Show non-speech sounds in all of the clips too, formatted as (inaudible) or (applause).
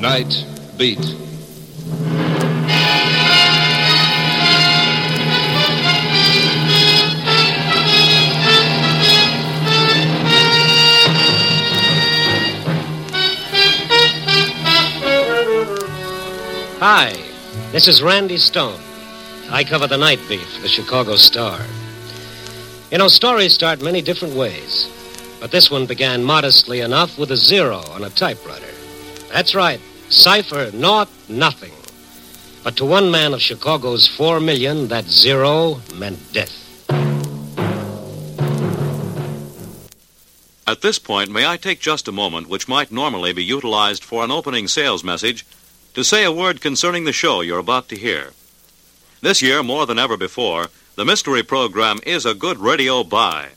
right beat. Hi, this is Randy Stone. I cover the night beat for the Chicago Star. You know, stories start many different ways, but this one began modestly enough with a zero on a typewriter. That's right, cipher, naught, nothing. But to one man of Chicago's four million, that zero meant death. At this point, may I take just a moment, which might normally be utilized for an opening sales message, to say a word concerning the show you're about to hear. This year, more than ever before, the mystery program is a good radio buy.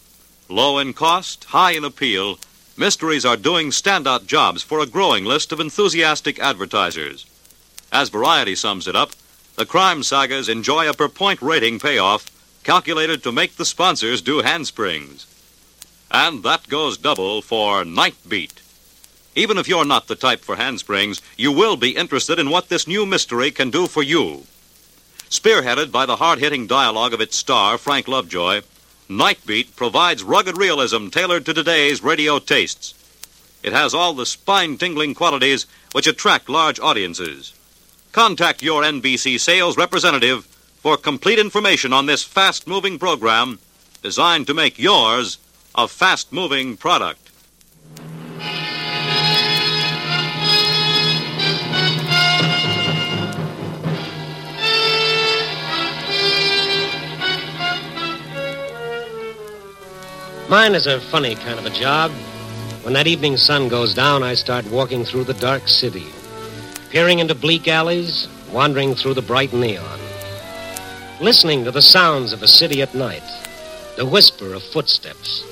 Low in cost, high in appeal, mysteries are doing standout jobs for a growing list of enthusiastic advertisers. As Variety sums it up, the crime sagas enjoy a per point rating payoff calculated to make the sponsors do handsprings. And that goes double for Night Beat. Even if you're not the type for handsprings, you will be interested in what this new mystery can do for you. Spearheaded by the hard hitting dialogue of its star, Frank Lovejoy, Night Beat provides rugged realism tailored to today's radio tastes. It has all the spine tingling qualities which attract large audiences. Contact your NBC sales representative for complete information on this fast moving program designed to make yours a fast moving product. Mine is a funny kind of a job. When that evening sun goes down, I start walking through the dark city, peering into bleak alleys, wandering through the bright neon, listening to the sounds of a city at night, the whisper of footsteps,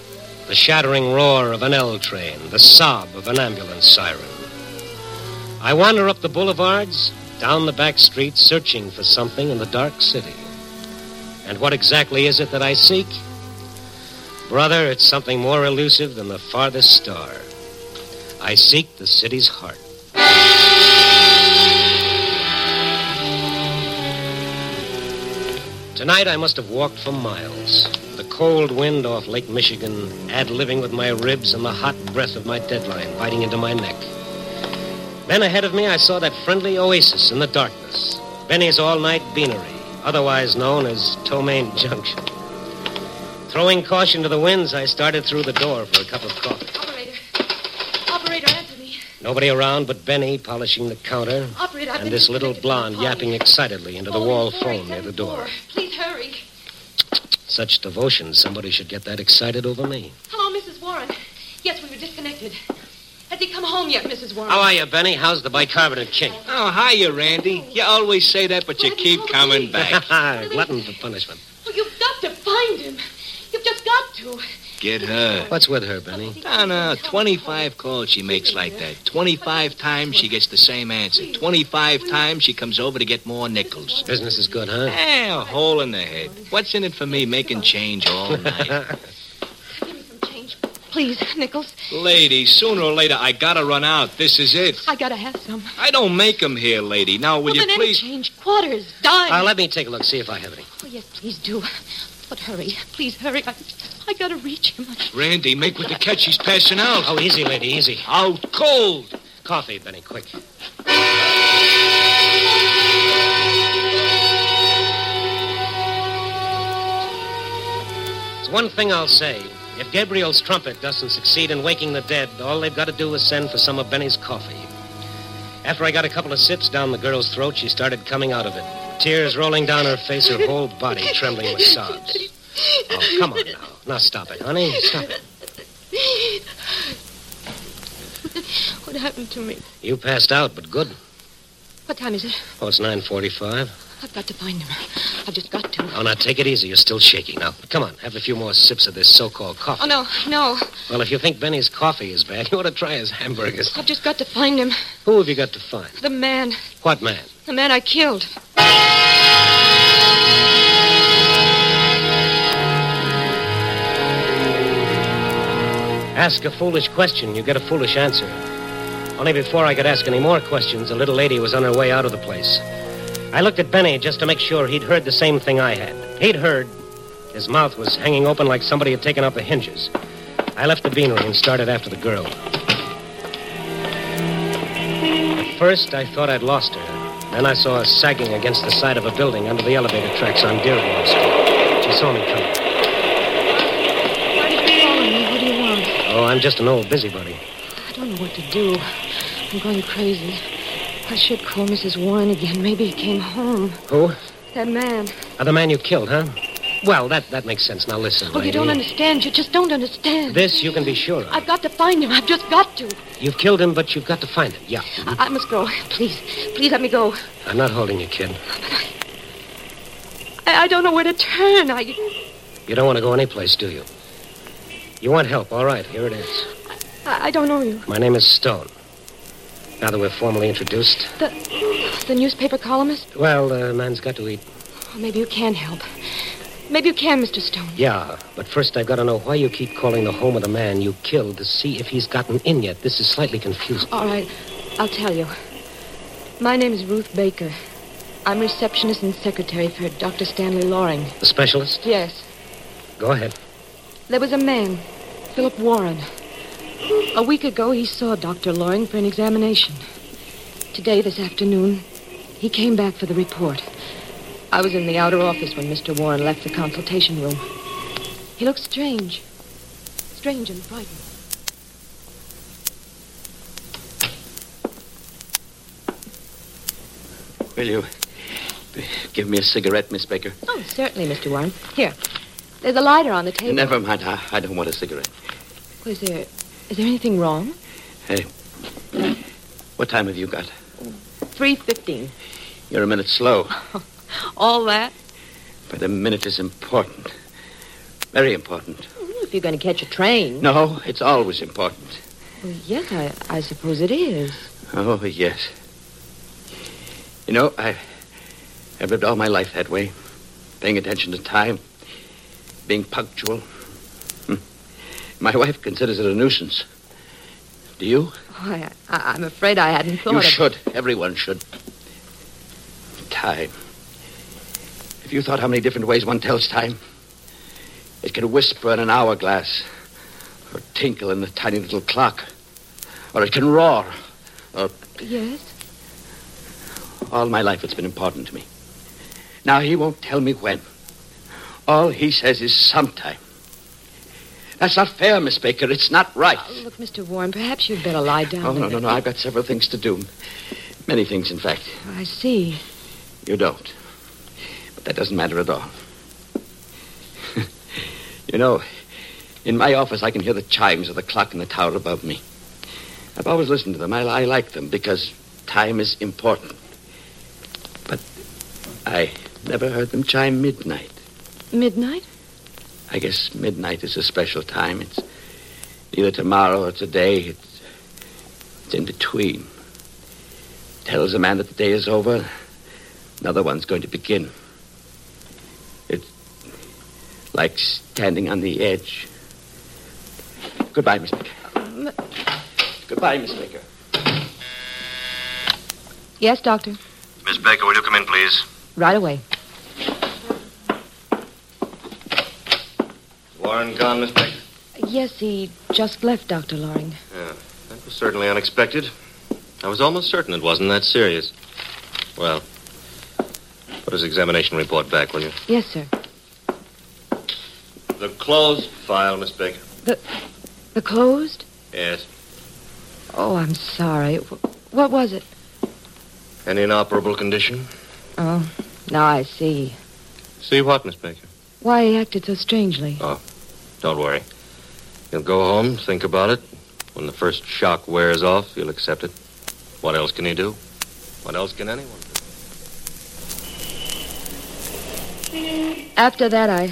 the shattering roar of an L train, the sob of an ambulance siren. I wander up the boulevards, down the back streets, searching for something in the dark city. And what exactly is it that I seek? Brother, it's something more elusive than the farthest star. I seek the city's heart. Tonight I must have walked for miles. The cold wind off Lake Michigan, ad living with my ribs and the hot breath of my deadline biting into my neck. Then ahead of me I saw that friendly oasis in the darkness, Benny's All Night Beanery, otherwise known as Tomaine Junction. Throwing caution to the winds, I started through the door for a cup of coffee. Operator. Operator, answer me. Nobody around but Benny polishing the counter Operator, I've and been this little disconnected from blonde the party. yapping excitedly into the Calling wall 4874. phone near the door. Please hurry. Such devotion, somebody should get that excited over me. Hello, Mrs. Warren. Yes, we were disconnected. Has he come home yet, Mrs. Warren? How are you, Benny? How's the bicarbonate king? Oh, hiya, Randy. You always say that, but you keep coming back. Oh, (laughs) Glutton for punishment. Oh, you've got to find him. You've just got to. Get her. What's with her, Benny? No, no, 25 calls she makes like that. 25 times she gets the same answer. 25 times she comes over to get more nickels. Business is good, huh? Eh, a hole in the head. What's in it for me making change all night? (laughs) Give me some change. Please, Nichols. lady, sooner or later, I gotta run out. This is it. I gotta have some. I don't make 'em here, lady. Now, will well, you then please... any change. Quarters, dimes. Uh, let me take a look, see if I have any. Oh, yes, please do. But hurry. Please hurry. I, I gotta reach him. Randy, make with the catch. She's passing out. Oh, easy, lady, easy. Out cold. Coffee, Benny, quick. It's one thing I'll say. If Gabriel's trumpet doesn't succeed in waking the dead, all they've got to do is send for some of Benny's coffee. After I got a couple of sips down the girl's throat, she started coming out of it. Tears rolling down her face, her whole body trembling with sobs. Oh, come on now. Now stop it, honey. Stop it. What happened to me? You passed out, but good. What time is it? Oh, it's 945. I've got to find him. I've just got to. Oh, now take it easy. You're still shaking now. Come on, have a few more sips of this so-called coffee. Oh, no, no. Well, if you think Benny's coffee is bad, (laughs) you ought to try his hamburgers. I've just got to find him. Who have you got to find? The man. What man? The man I killed. Ask a foolish question, you get a foolish answer. Only before I could ask any more questions, the little lady was on her way out of the place. I looked at Benny just to make sure he'd heard the same thing I had. He'd heard. His mouth was hanging open like somebody had taken out the hinges. I left the beanery and started after the girl. First, I thought I'd lost her. Then I saw her sagging against the side of a building under the elevator tracks on Dearborn Street. She saw me coming. Why did you follow me? What do you want? Oh, I'm just an old busybody. I don't know what to do. I'm going crazy. I should call Mrs. Warren again. Maybe he came home. Who? That man. Oh, the man you killed, huh? Well, that, that makes sense. Now listen, Oh, you lady. don't understand. You just don't understand. This you can be sure of. I've got to find him. I've just got to. You've killed him, but you've got to find him. Yeah. I, I must go. Please, please let me go. I'm not holding you, kid. I, I don't know where to turn. I, You don't want to go anyplace, do you? You want help. All right, here it is. I, I don't know you. My name is Stone. Now that we're formally introduced, The, the newspaper columnist? well, uh, man's got to eat. Oh, maybe you can help. Maybe you can, Mr. Stone. Yeah, but first I've got to know why you keep calling the home of the man you killed to see if he's gotten in yet. This is slightly confusing. All right, I'll tell you. My name is Ruth Baker. I'm receptionist and secretary for Dr. Stanley Loring. The specialist? Yes. Go ahead. There was a man, Philip Warren. A week ago, he saw Dr. Loring for an examination. Today, this afternoon, he came back for the report. I was in the outer office when Mr. Warren left the consultation room. He looked strange. Strange and frightened. Will you give me a cigarette, Miss Baker? Oh, certainly, Mr. Warren. Here. There's a lighter on the table. Never mind. I, I don't want a cigarette. Was there. Is there anything wrong? What time have you got? 3.15. You're a minute slow, All that? but a minute is important. Very important. If you're going to catch a train. No, it's always important. Well, yes, I, I suppose it is. Oh, yes. You know, I, I've lived all my life that way, paying attention to time, being punctual. Hmm. My wife considers it a nuisance. Do you? Why, I, I'm afraid I hadn't thought you of should. Everyone should. Time. Have you thought how many different ways one tells time? It can whisper in an hourglass, or tinkle in the tiny little clock, or it can roar. Uh, Yes? All my life it's been important to me. Now he won't tell me when. All he says is sometime. That's not fair, Miss Baker. It's not right. Oh, look, Mr. Warren, perhaps you'd better lie down. Oh, no, a no, no. minute. I've got several things to do. Many things, in fact. I see. You don't. But that doesn't matter at all. (laughs) you know, in my office, I can hear the chimes of the clock in the tower above me. I've always listened to them. I, I like them because time is important. But I never heard them chime midnight. Midnight? I guess midnight is a special time. It's neither tomorrow or today. It's, it's in between. Tells a man that the day is over, another one's going to begin. It's like standing on the edge. Goodbye, Miss Baker. Goodbye, Miss Baker. Yes, Doctor. Miss Baker, will you come in, please? Right away. Warren gone, Miss Baker? Yes, he just left Dr. Loring. That was certainly unexpected. I was almost certain it wasn't that serious. Well, put his examination report back, will you? Yes, sir. The closed file, Miss Baker. The closed? Yes. Oh, I'm sorry. Wh- What was it? An inoperable condition? Oh, now I see. See what, Miss Baker? Why he acted so strangely. Don't worry. You'll go home, think about it. When the first shock wears off, you'll accept it. What else can he do? What else can anyone do? After that, I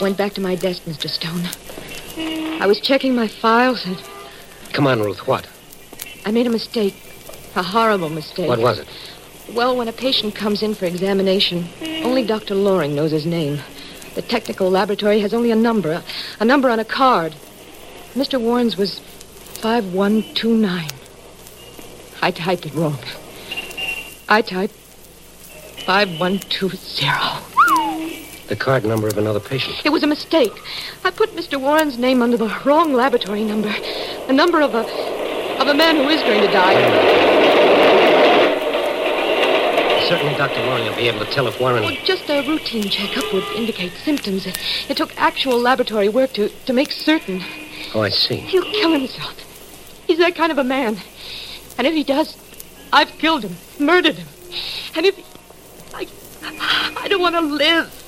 went back to my desk, Mr. Stone. I was checking my files, and Come on, Ruth. What? I made a mistake. A horrible mistake. What was it? Well, when a patient comes in for examination, only Dr. Loring knows his name. The technical laboratory has only a number, a number on a card. Mr. Warren's was 5129. I typed it wrong. I typed 5120. The card number of another patient. It was a mistake. I put Mr. Warren's name under the wrong laboratory number. The number of a of a man who is going to die. Certainly, Dr. Loring will be able to tell if Warren. Well, just a routine checkup would indicate symptoms. It, it took actual laboratory work to, to make certain. Oh, I see. He'll kill himself. He's that kind of a man. And if he does, I've killed him, murdered him. And if I I don't want to live.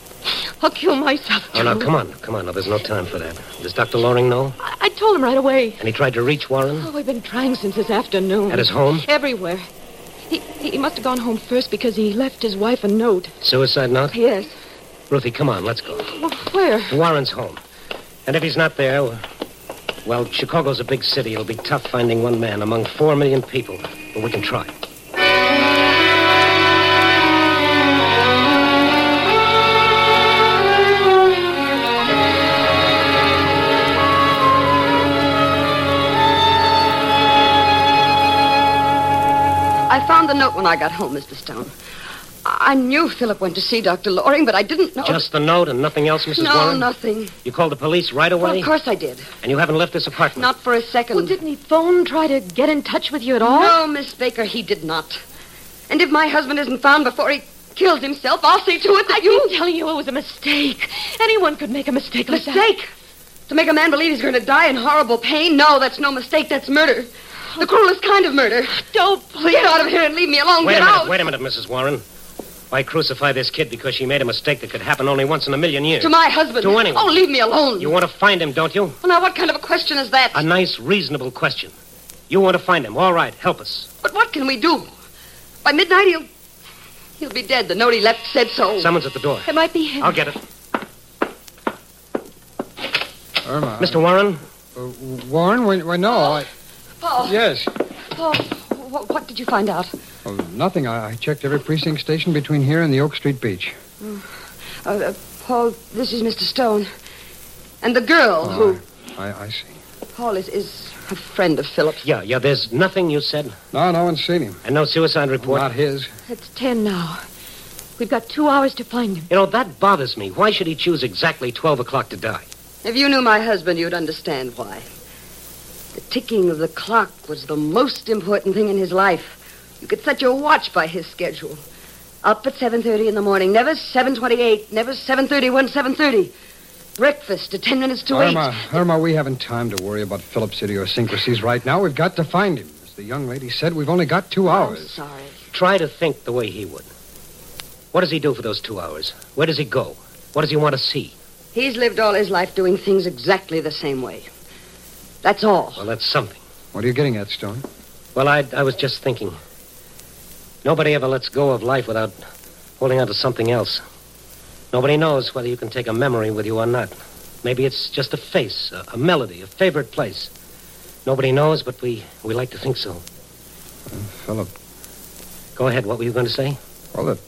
I'll kill myself. Oh, now, too. come on. Come on. Now, there's no time for that. Does Dr. Loring know? I, I told him right away. And he tried to reach Warren? Oh, we've been trying since this afternoon. At his home? Everywhere. He, he must have gone home first because he left his wife a note. Suicide note? Yes. Ruthie, come on. Let's go. Well, Oh, where? To Warren's home. And if he's not there, well- well, Chicago's a big city. It'll be tough finding one man among four million people. But we can try. I found the note when I got home, Mr. Stone. I I knew Philip went to see Dr. Loring, but I didn't know. Just the note and nothing else, Mrs. no, Warren? nothing. You called the police right away? Well, of course I did. And you haven't left this apartment? Not for a second. Well, didn't he phone, try to get in touch with you at all? No, Miss Baker, he did not. And if my husband isn't found before he kills himself, I'll see to it that I you keep telling you it was a mistake. Anyone could make a mistake like that. mistake. To make a man believe he's going to die in horrible pain? No, that's no mistake. That's murder. The cruelest kind of murder. Don't Please get out of here and leave me alone. Wait get a minute, out. wait a minute, Mrs. Warren. Why crucify this kid because she made a mistake that could happen only once in a million years? To my husband. To anyone. Oh, leave me alone. You want to find him, don't you? Well, now, what kind of a question is that? A nice, reasonable question. You want to find him. All right, help us. But what can we do? By midnight, he'll he'll be dead. The note he left said so. Someone's at the door. It might be him. I'll get it. Irma. Mr. Warren, Uh, Warren? Well, well, no, I... Paul, Yes. Paul, what, what did you find out? Oh, nothing. I, I checked every precinct station between here and the Oak Street Beach. Uh, uh, Paul, this is Mr. Stone, and the girl who I, I see. Paul is is a friend of Philip's. yeah, yeah, there's nothing you said, No, no one's seen him. and no suicide report. Not his. It's ten now. We've got two hours to find him. You know, that bothers me. Why should he choose exactly 12 o'clock to die? If you knew my husband, you'd understand why. The ticking of the clock was the most important thing in his life. You could set your watch by his schedule. Up at 7.30 in the morning, never 7.28, never 7.31, 7.30. Breakfast at 10 minutes to 8. Irma, Irma, we haven't time to worry about Philip's idiosyncrasies right now. We've got to find him. As the young lady said, we've only got two I'm hours. sorry. Try to think the way he would. What does he do for those two hours? Where does he go? What does he want to see? He's lived all his life doing things exactly the same way. That's all. Well, that's something. What are you getting at, Stone? Well, I, I was just thinking. Nobody ever lets go of life without holding on to something else. Nobody knows whether you can take a memory with you or not. Maybe it's just a face, a, a melody, a favorite place. Nobody knows, but we, we like to think so. Uh, Philip. Go ahead. What were you going to say? Well, that,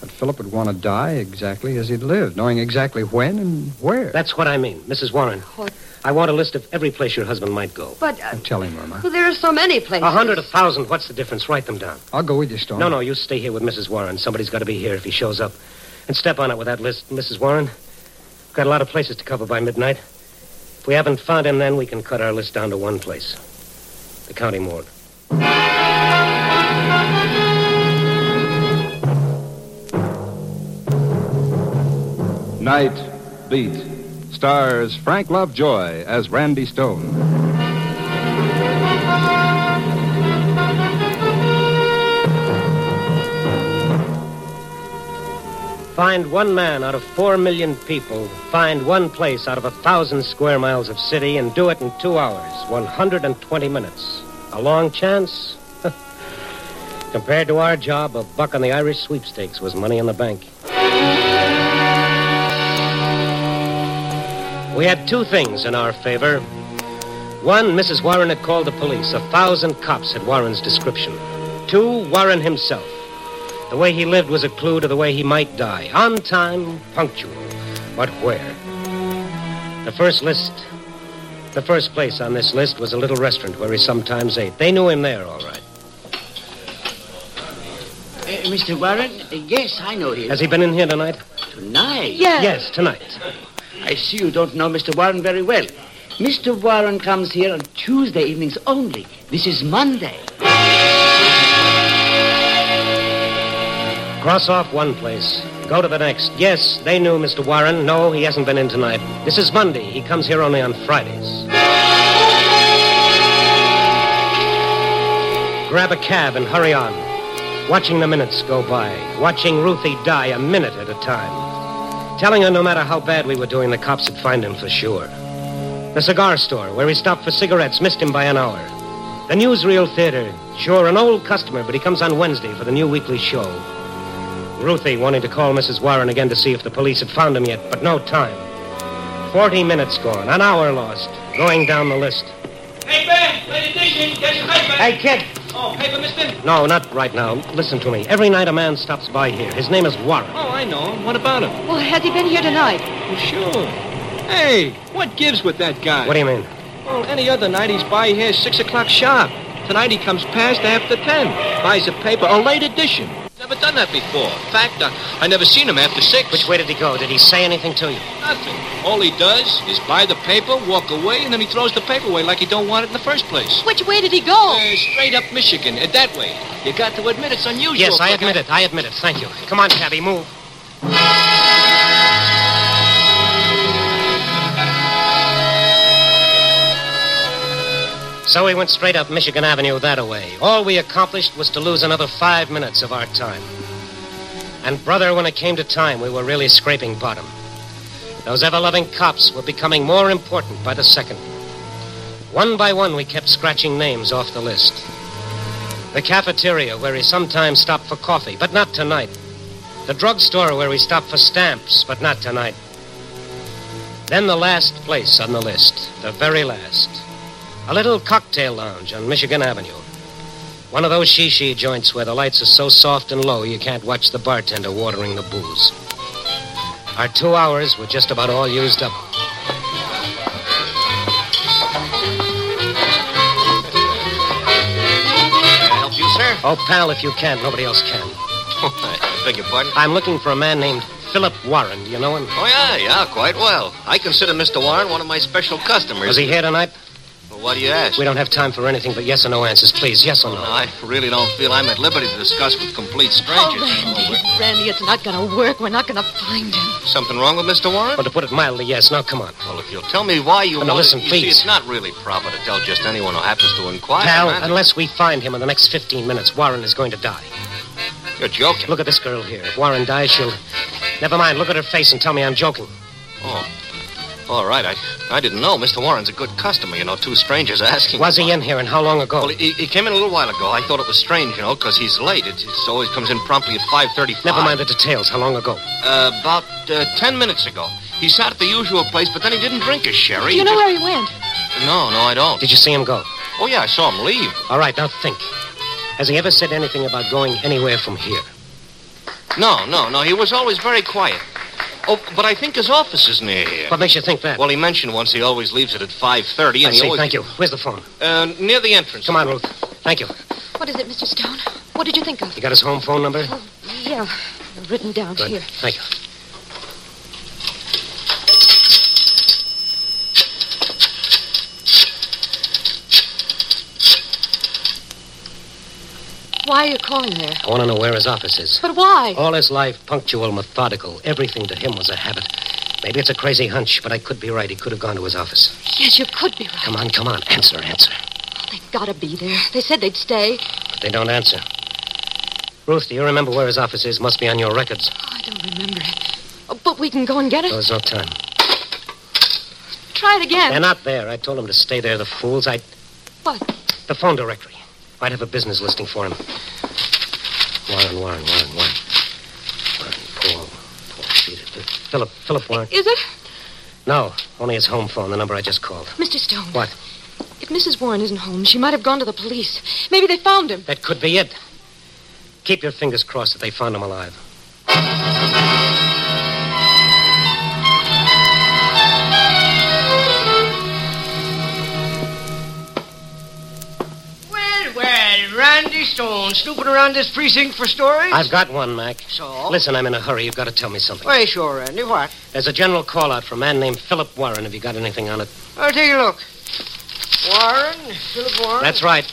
that Philip would want to die exactly as he'd lived, knowing exactly when and where. That's what I mean, Mrs. Warren. What? I want a list of every place your husband might go. But uh, Tell him, Irma. well, there are so many places. A hundred, a thousand. What's the difference? Write them down. I'll go with you, Stone. No, no. You stay here with Mrs. Warren. Somebody's got to be here if he shows up. And step on it with that list, Mrs. Warren. We've got a lot of places to cover by midnight. If we haven't found him, then we can cut our list down to one place the county morgue. Night Beat stars Frank Lovejoy as Randy Stone. Find one man out of four million people. Find one place out of a thousand square miles of city and do it in two hours, 120 minutes. A long chance? (laughs) Compared to our job, a buck on the Irish sweepstakes was money in the bank. We had two things in our favor. One, Mrs. Warren had called the police. A thousand cops had Warren's description. Two, Warren himself. The way he lived was a clue to the way he might die. On time, punctual, but where? The first list. The first place on this list was a little restaurant where he sometimes ate. They knew him there, all right. Mr. Warren? Uh, yes, I know him. Has he been in here tonight? Tonight? Yes. Yes, tonight. I see you don't know Mr. Warren very well. Mr. Warren comes here on Tuesday evenings only. This is Monday. Cross off one place. Go to the next. Yes, they knew Mr. Warren. No, he hasn't been in tonight. This is Monday. He comes here only on Fridays. Grab a cab and hurry on. Watching the minutes go by. Watching Ruthie die a minute at a time. Telling her no matter how bad we were doing, the cops would find him for sure. The cigar store, where he stopped for cigarettes, missed him by an hour. The newsreel theater. Sure, an old customer, but he comes on Wednesday for the new weekly show. Ruthie wanting to call Mrs. Warren again to see if the police had found him yet, but no time. Forty minutes gone, an hour lost, going down the list. Hey, Ben, lay the dish in. Get your paper. Hey, kid. Oh, paper, mister? No, not right now. Listen to me. Every night a man stops by here. His name is Warren. Oh, I know. What about him? Well, has he been here tonight? Oh, sure. Hey, what gives with that guy? What do you mean? Well, any other night he's by here six o'clock sharp. Tonight he comes past after ten. Buys a paper, a late edition. Never done that before. In fact, I, I never seen him after six. Which way did he go? Oh, Did he say anything to you? Nothing. All he does is buy the paper, walk away, and then he throws the paper away like he don't want it in the first place. Which way did he go? Uh, straight up Michigan, uh, that way. You got to admit it's unusual. Yes, I for a admit guy- it. I admit it. Thank you. Come on, cabby, move. So we went straight up Michigan Avenue that way. All we accomplished was to lose another five minutes of our time. And, brother, when it came to time, we were really scraping bottom. Those ever loving cops were becoming more important by the second. One by one, we kept scratching names off the list. The cafeteria where he sometimes stopped for coffee, but not tonight. The drugstore where he stopped for stamps, but not tonight. Then the last place on the list, the very last. A little cocktail lounge on Michigan Avenue. One of those shishi joints where the lights are so soft and low you can't watch the bartender watering the booze. Our two hours were just about all used up. Can I help you, sir? Oh, pal, if you can, nobody else can. I (laughs) beg your pardon? I'm looking for a man named Philip Warren. Do you know him? Oh, yeah, yeah, quite well. I consider Mr. Warren one of my special customers. Was he here tonight? Well, why do you ask? We don't have time for anything but yes or no answers, please. Yes or No, no. I really don't feel I'm at liberty to discuss with complete Oh, strangers. Randy, Randy, it's not going to work. We're not going to find him. Something wrong with Mr. Warren? Well, to put it mildly, yes. Now, come on. Well, if you'll tell me why you Oh, want No, no, listen, you please. see, it's not really proper to tell just anyone who happens to inquire. Pal, man. unless we find him in the next 15 minutes, Warren is going to die. You're joking. Look at this girl here. If Warren dies, she'll. Never mind. Look at her face and tell me I'm joking. Oh. All right, I, I didn't know. Mr. Warren's a good customer, you know, two strangers (laughs) asking. Was he about- in here and how long ago? Well, he, he came in a little while ago. I thought it was strange, you know, because he's late. It, it always comes in promptly at 5.35. Never mind the details. How long ago? Uh, about uh, ten minutes ago. He sat at the usual place, but then he didn't drink his sherry. Do you He know just- where he went? No, no, I don't. Did you see him go? Oh, yeah, I saw him leave. All right, now think. Has he ever said anything about going anywhere from here? No, no, no, he was always very quiet. Oh, but I think his office is near here. What makes you think that? Well, he mentioned once he always leaves it at 5.30, and I he see. always... Thank you. Where's the phone? Uh, near the entrance. Come on, Ruth. Thank you. What is it, Mr. Stone? What did you think of? You got his home phone number? Yeah, written down Good. here. Thank you. Why are you calling there? I want to know where his office is. But why? All his life, punctual, methodical. Everything to him was a habit. Maybe it's a crazy hunch, but I could be right. He could have gone to his office. Yes, you could be right. Come on, come on. Answer, answer. They've got to be there. They said they'd stay. But they don't answer. Ruth, do you remember where his office is? Must be on your records. Oh, I don't remember it. Oh, but we can go and get it. No, there's no time. Try it again. They're not there. Uh, I told him to stay there, the fools. I. What? The phone directory. Might have a business listing for him. Warren, Warren, Warren, Warren. Warren, Paul. Paul Peter. Philip, Philip Warren. Is it? No, only his home phone, the number I just called. Mr. Stone. What? If Mrs. Warren isn't home, she might have gone to the police. Maybe they found him. That could be it. Keep your fingers crossed that they found him alive. Well, well, is Randy Stone snooping around this precinct for stories? I've got one, Mac. So? Listen, I'm in a hurry. You've got to tell me something. Why, sure, Randy. What? There's a general call out for a man named Philip Warren. Have you got anything on it? I'll take a look. Warren? Philip Warren? That's right.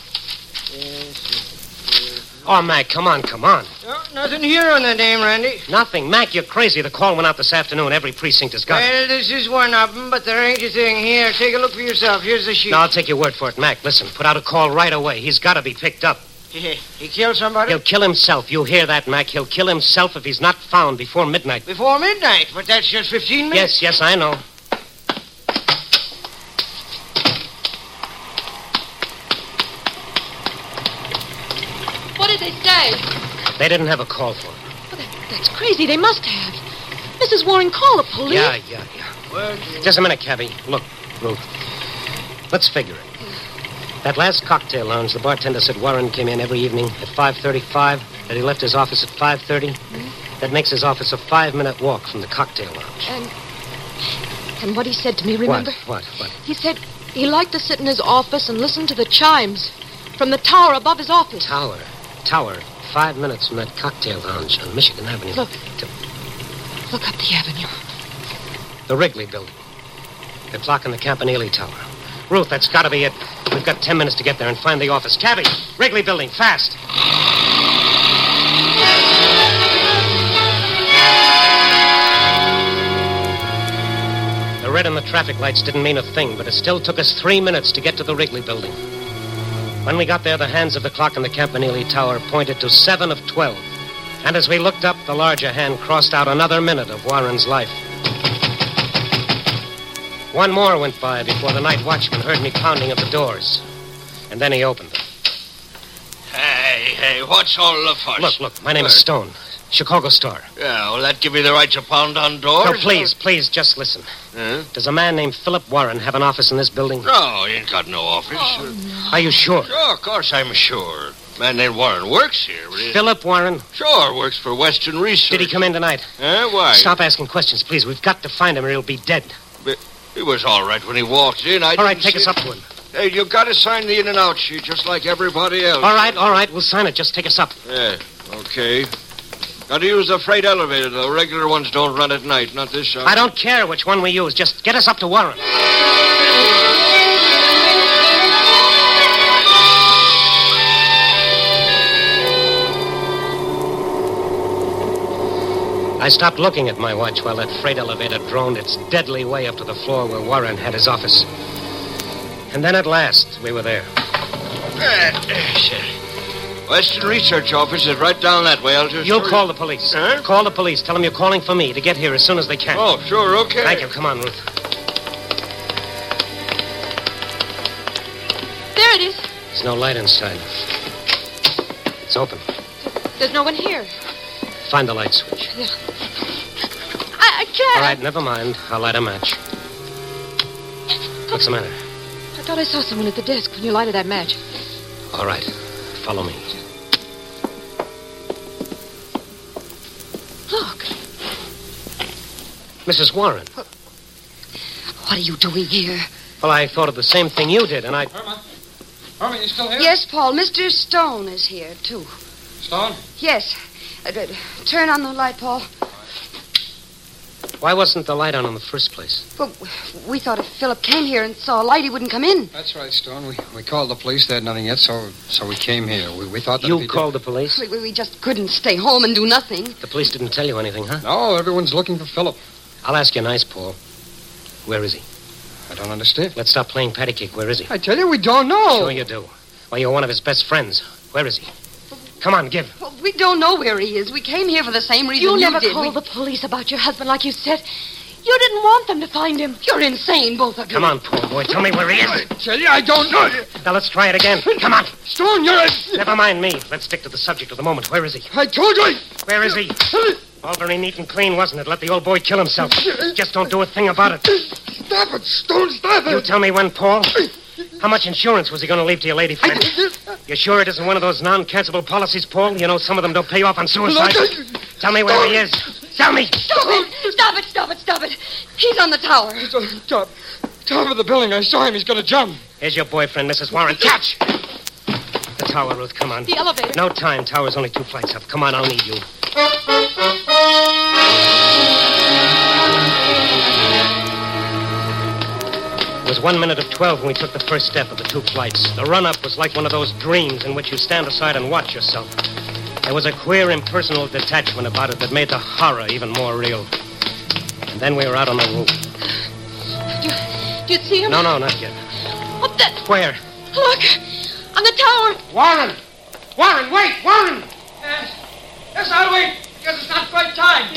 Oh, Mac, come on, come on. No, nothing here on that name, Randy. Nothing. Mac, you're crazy. The call went out this afternoon. Every precinct has got it. Well, this is one of them, but there ain't a thing here. Take a look for yourself. Here's the sheet. No, I'll take your word for it, Mac. Listen, put out a call right away. He's got to be picked up. He, he killed somebody? He'll kill himself. You hear that, Mac? He'll kill himself if he's not found before midnight. Before midnight, but that's just 15 minutes. Yes, yes, I know. What did they say? They didn't have a call for him. That's crazy. They must have. Mrs. Warren, call the police. Yeah, yeah, yeah. Just a minute, Cabby. Look, Ruth. Let's figure it. That last cocktail lounge, the bartender said Warren came in every evening at 5.35, that he left his office at 5.30. Hmm? That makes his office a five-minute walk from the cocktail lounge. And, and what he said to me, remember? What, what, what? He said he liked to sit in his office and listen to the chimes from the tower above his office. Tower. Tower. Five minutes from that cocktail lounge on Michigan Avenue. Look. Look up the avenue. The Wrigley building. They're blocking the Campanile Tower. Ruth, that's got to be it. We've got ten minutes to get there and find the office. Cabby, Wrigley building, fast. The red and the traffic lights didn't mean a thing, but it still took us three minutes to get to the Wrigley building. When we got there, the hands of the clock in the Campanile Tower pointed to seven of twelve. And as we looked up, the larger hand crossed out another minute of Warren's life. One more went by before the night watchman heard me pounding at the doors. And then he opened them. Hey, hey, what's all the fuss? Look, look, my name Uh, is Stone, Chicago Star. Yeah, will that give me the right to pound on doors? No, please, uh, please, just listen. Huh? Does a man named Philip Warren have an office in this building? Oh, No, he ain't got no office. Oh, Are you sure? Sure, of course I'm sure. Man named Warren works here. but he- Philip Warren? Sure, works for Western Research. Did he come in tonight? Uh, Eh, why? Stop asking questions, please. We've got to find him or he'll be dead. He was all right when he walked in. I All right, didn't take see us up to him. Hey, you got to sign the in and out sheet just like everybody else. All right, all right, we'll sign it. Just take us up. Yeah, okay. Got to use the freight elevator. The regular ones don't run at night, not this hour. I don't care which one we use. Just get us up to Warren. I stopped looking at my watch while that freight elevator droned its deadly way up to the floor where Warren had his office. And then at last, we were there. Western Research Office is right down that way. I'll just. You'll hurry- call the police. Call the police. Tell them you're calling for me to get here as soon as they can. Oh, sure, okay. Thank you. Come on, Ruth. There it is. There's no light inside. It's open. There's no one here. Find the light switch. I, I can't. All right, never mind. I'll light a match. What's the matter? I thought I saw someone at the desk when you lighted that match. All right, follow me. Look. Mrs. Warren. What are you doing here? Well, I thought of the same thing you did, and I. Herman, Oh, you still here? Yes, Paul. Mr. Stone is here, too. Stone? Yes. Uh, d- d- turn on the light, Paul. Why wasn't the light on in the first place? Well, we thought if Philip came here and saw a light, he wouldn't come in. That's right, Stone. We, we called the police. They had nothing yet, so so we came here. We, we thought that if You he did- called the police? We, we- we just couldn't stay home and do nothing. The police didn't tell you anything, huh? No, everyone's looking for Philip. I'll ask you nice, Paul. Where is he? I don't understand. Let's stop playing patty cake. Where is he? I tell you, we don't know. Sure you do. Why, you're one of his best friends. Where is he? Come on, give. Well, we don't know where he is. We came here for the same reason You, you, never did. called We- the police about your husband like you said. You didn't want them to find him. You're insane, both of you. Come on, Paul boy. Tell me where he is. I tell you, I don't know. Now let's try it again. Come on. Stone, you're. A... Never mind me. Let's stick to the subject of the moment. Where is he? I told you. I- Where is he? All very neat and clean, wasn't it? Let the old boy kill himself. Just don't do a thing about it. Stop it, Stone. Stop You it. tell me when, Paul. How much insurance was he going to leave to your lady friend? You sure it isn't one of those non-cancelable policies, Paul? You know some of them don't pay off on suicide. Look, Tell me where he is. Tell me. Stop it! Stop it! Stop it! Stop it! He's on the tower. He's on the top, top of the building. I saw him. He's going to jump. Here's your boyfriend, Mrs. Warren. Catch. The tower, Ruth. Come on. The elevator. No time. Tower's only two flights up. Come on, I'll need you. It was one minute of twelve when we took the first step of the two flights. The run up was like one of those dreams in which you stand aside and watch yourself. There was a queer impersonal detachment about it that made the horror even more real. And then we were out on the roof. Do you see him? No, no, not yet. Up there. Where? Look. On the tower. Warren! Warren, wait! Warren! Yes. Yes, I'll wait, because it's not quite time.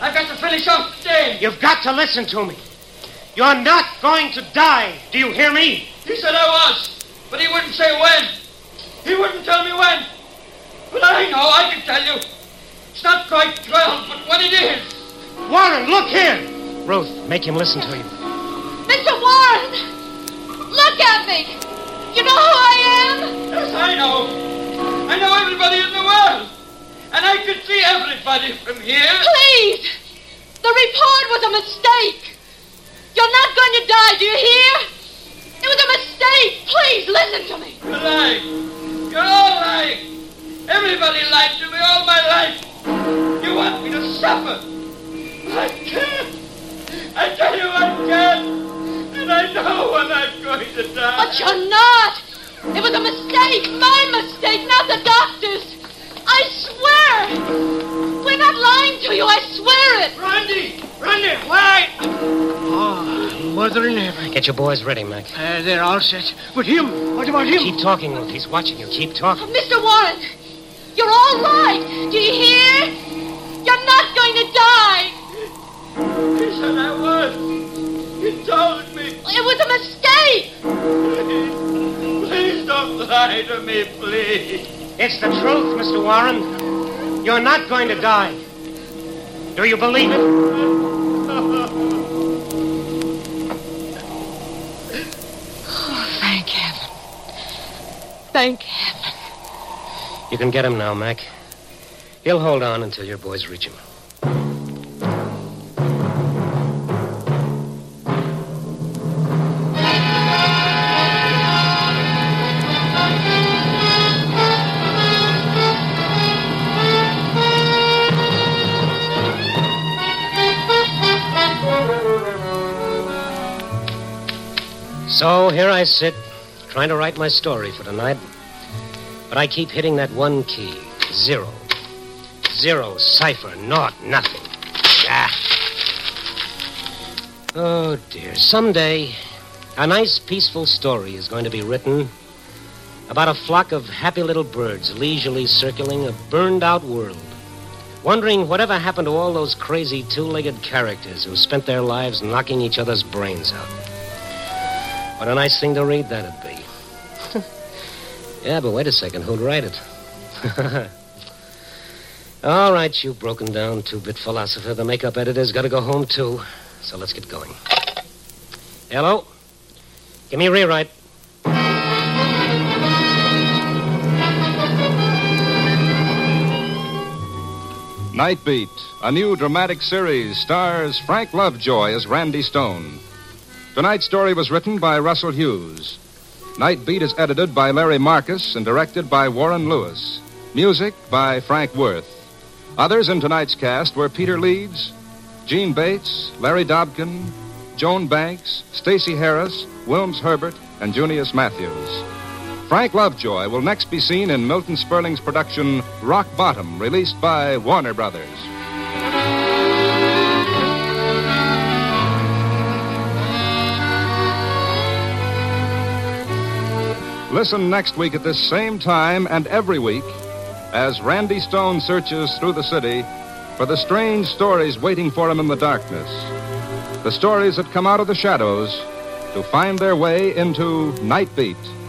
I've got to finish up today. You've got to listen to me. You're not going to die. Do you hear me? He said I was, but he wouldn't say when. He wouldn't tell me when. But I know, I can tell you. It's not quite 12, but what it is. Warren, look here. Ruth, make him listen to you. Mr. Warren! Look at me! You know who I am? Yes, I know. I know everybody in the world. And I could see everybody from here. Please! The report was a mistake! You're not going to die, do you hear? It was a mistake! Please listen to me! You're lying. You're all lying. Everybody lied to me all my life. You want me to suffer. I can't. I tell you I can't. And I know when I'm going to die. But you're not! It was a mistake! My mistake, not the doctor's! I swear! We're not lying to you, I swear it! Randy! Randy, wait! Mother in heaven. Get your boys ready, Mac. Uh, they're all set. But him? What about him? Keep talking, Ruth. He's watching you. Keep talking. Mr. Warren, you're all right! Do you hear? You're not going to die! He said I was. He told me. It was a mistake! Please don't lie to me, please. It's the truth, Mr. Warren. You're not going to die. Do you believe it? Oh, thank heaven. Thank heaven. You can get him now, Mac. He'll hold on until your boys reach him. So here I sit, trying to write my story for tonight. But I keep hitting that one key zero. Zero, cipher, naught, nothing. Ah. Oh, dear. Someday, a nice, peaceful story is going to be written about a flock of happy little birds leisurely circling a burned out world, wondering whatever happened to all those crazy two legged characters who spent their lives knocking each other's brains out. What a nice thing to read that'd be. yeah, but wait a second. Who'd write it? (laughs) All right, you broken down two bit philosopher. The makeup editor's got to go home, too. So let's get going. Hello? Give me a rewrite. Nightbeat, a new dramatic series, stars Frank Lovejoy as Randy Stone. Tonight's story was written by Russell Hughes. Nightbeat is edited by Larry Marcus and directed by Warren Lewis. Music by Frank Worth. Others in tonight's cast were Peter Leeds, Gene Bates, Larry Dobkin, Joan Banks, Stacy Harris, Wilms Herbert, and Junius Matthews. Frank Lovejoy will next be seen in Milton Sperling's production Rock Bottom, released by Warner Brothers. Listen next week at this same time and every week as Randy Stone searches through the city for the strange stories waiting for him in the darkness. The stories that come out of the shadows to find their way into Nightbeat.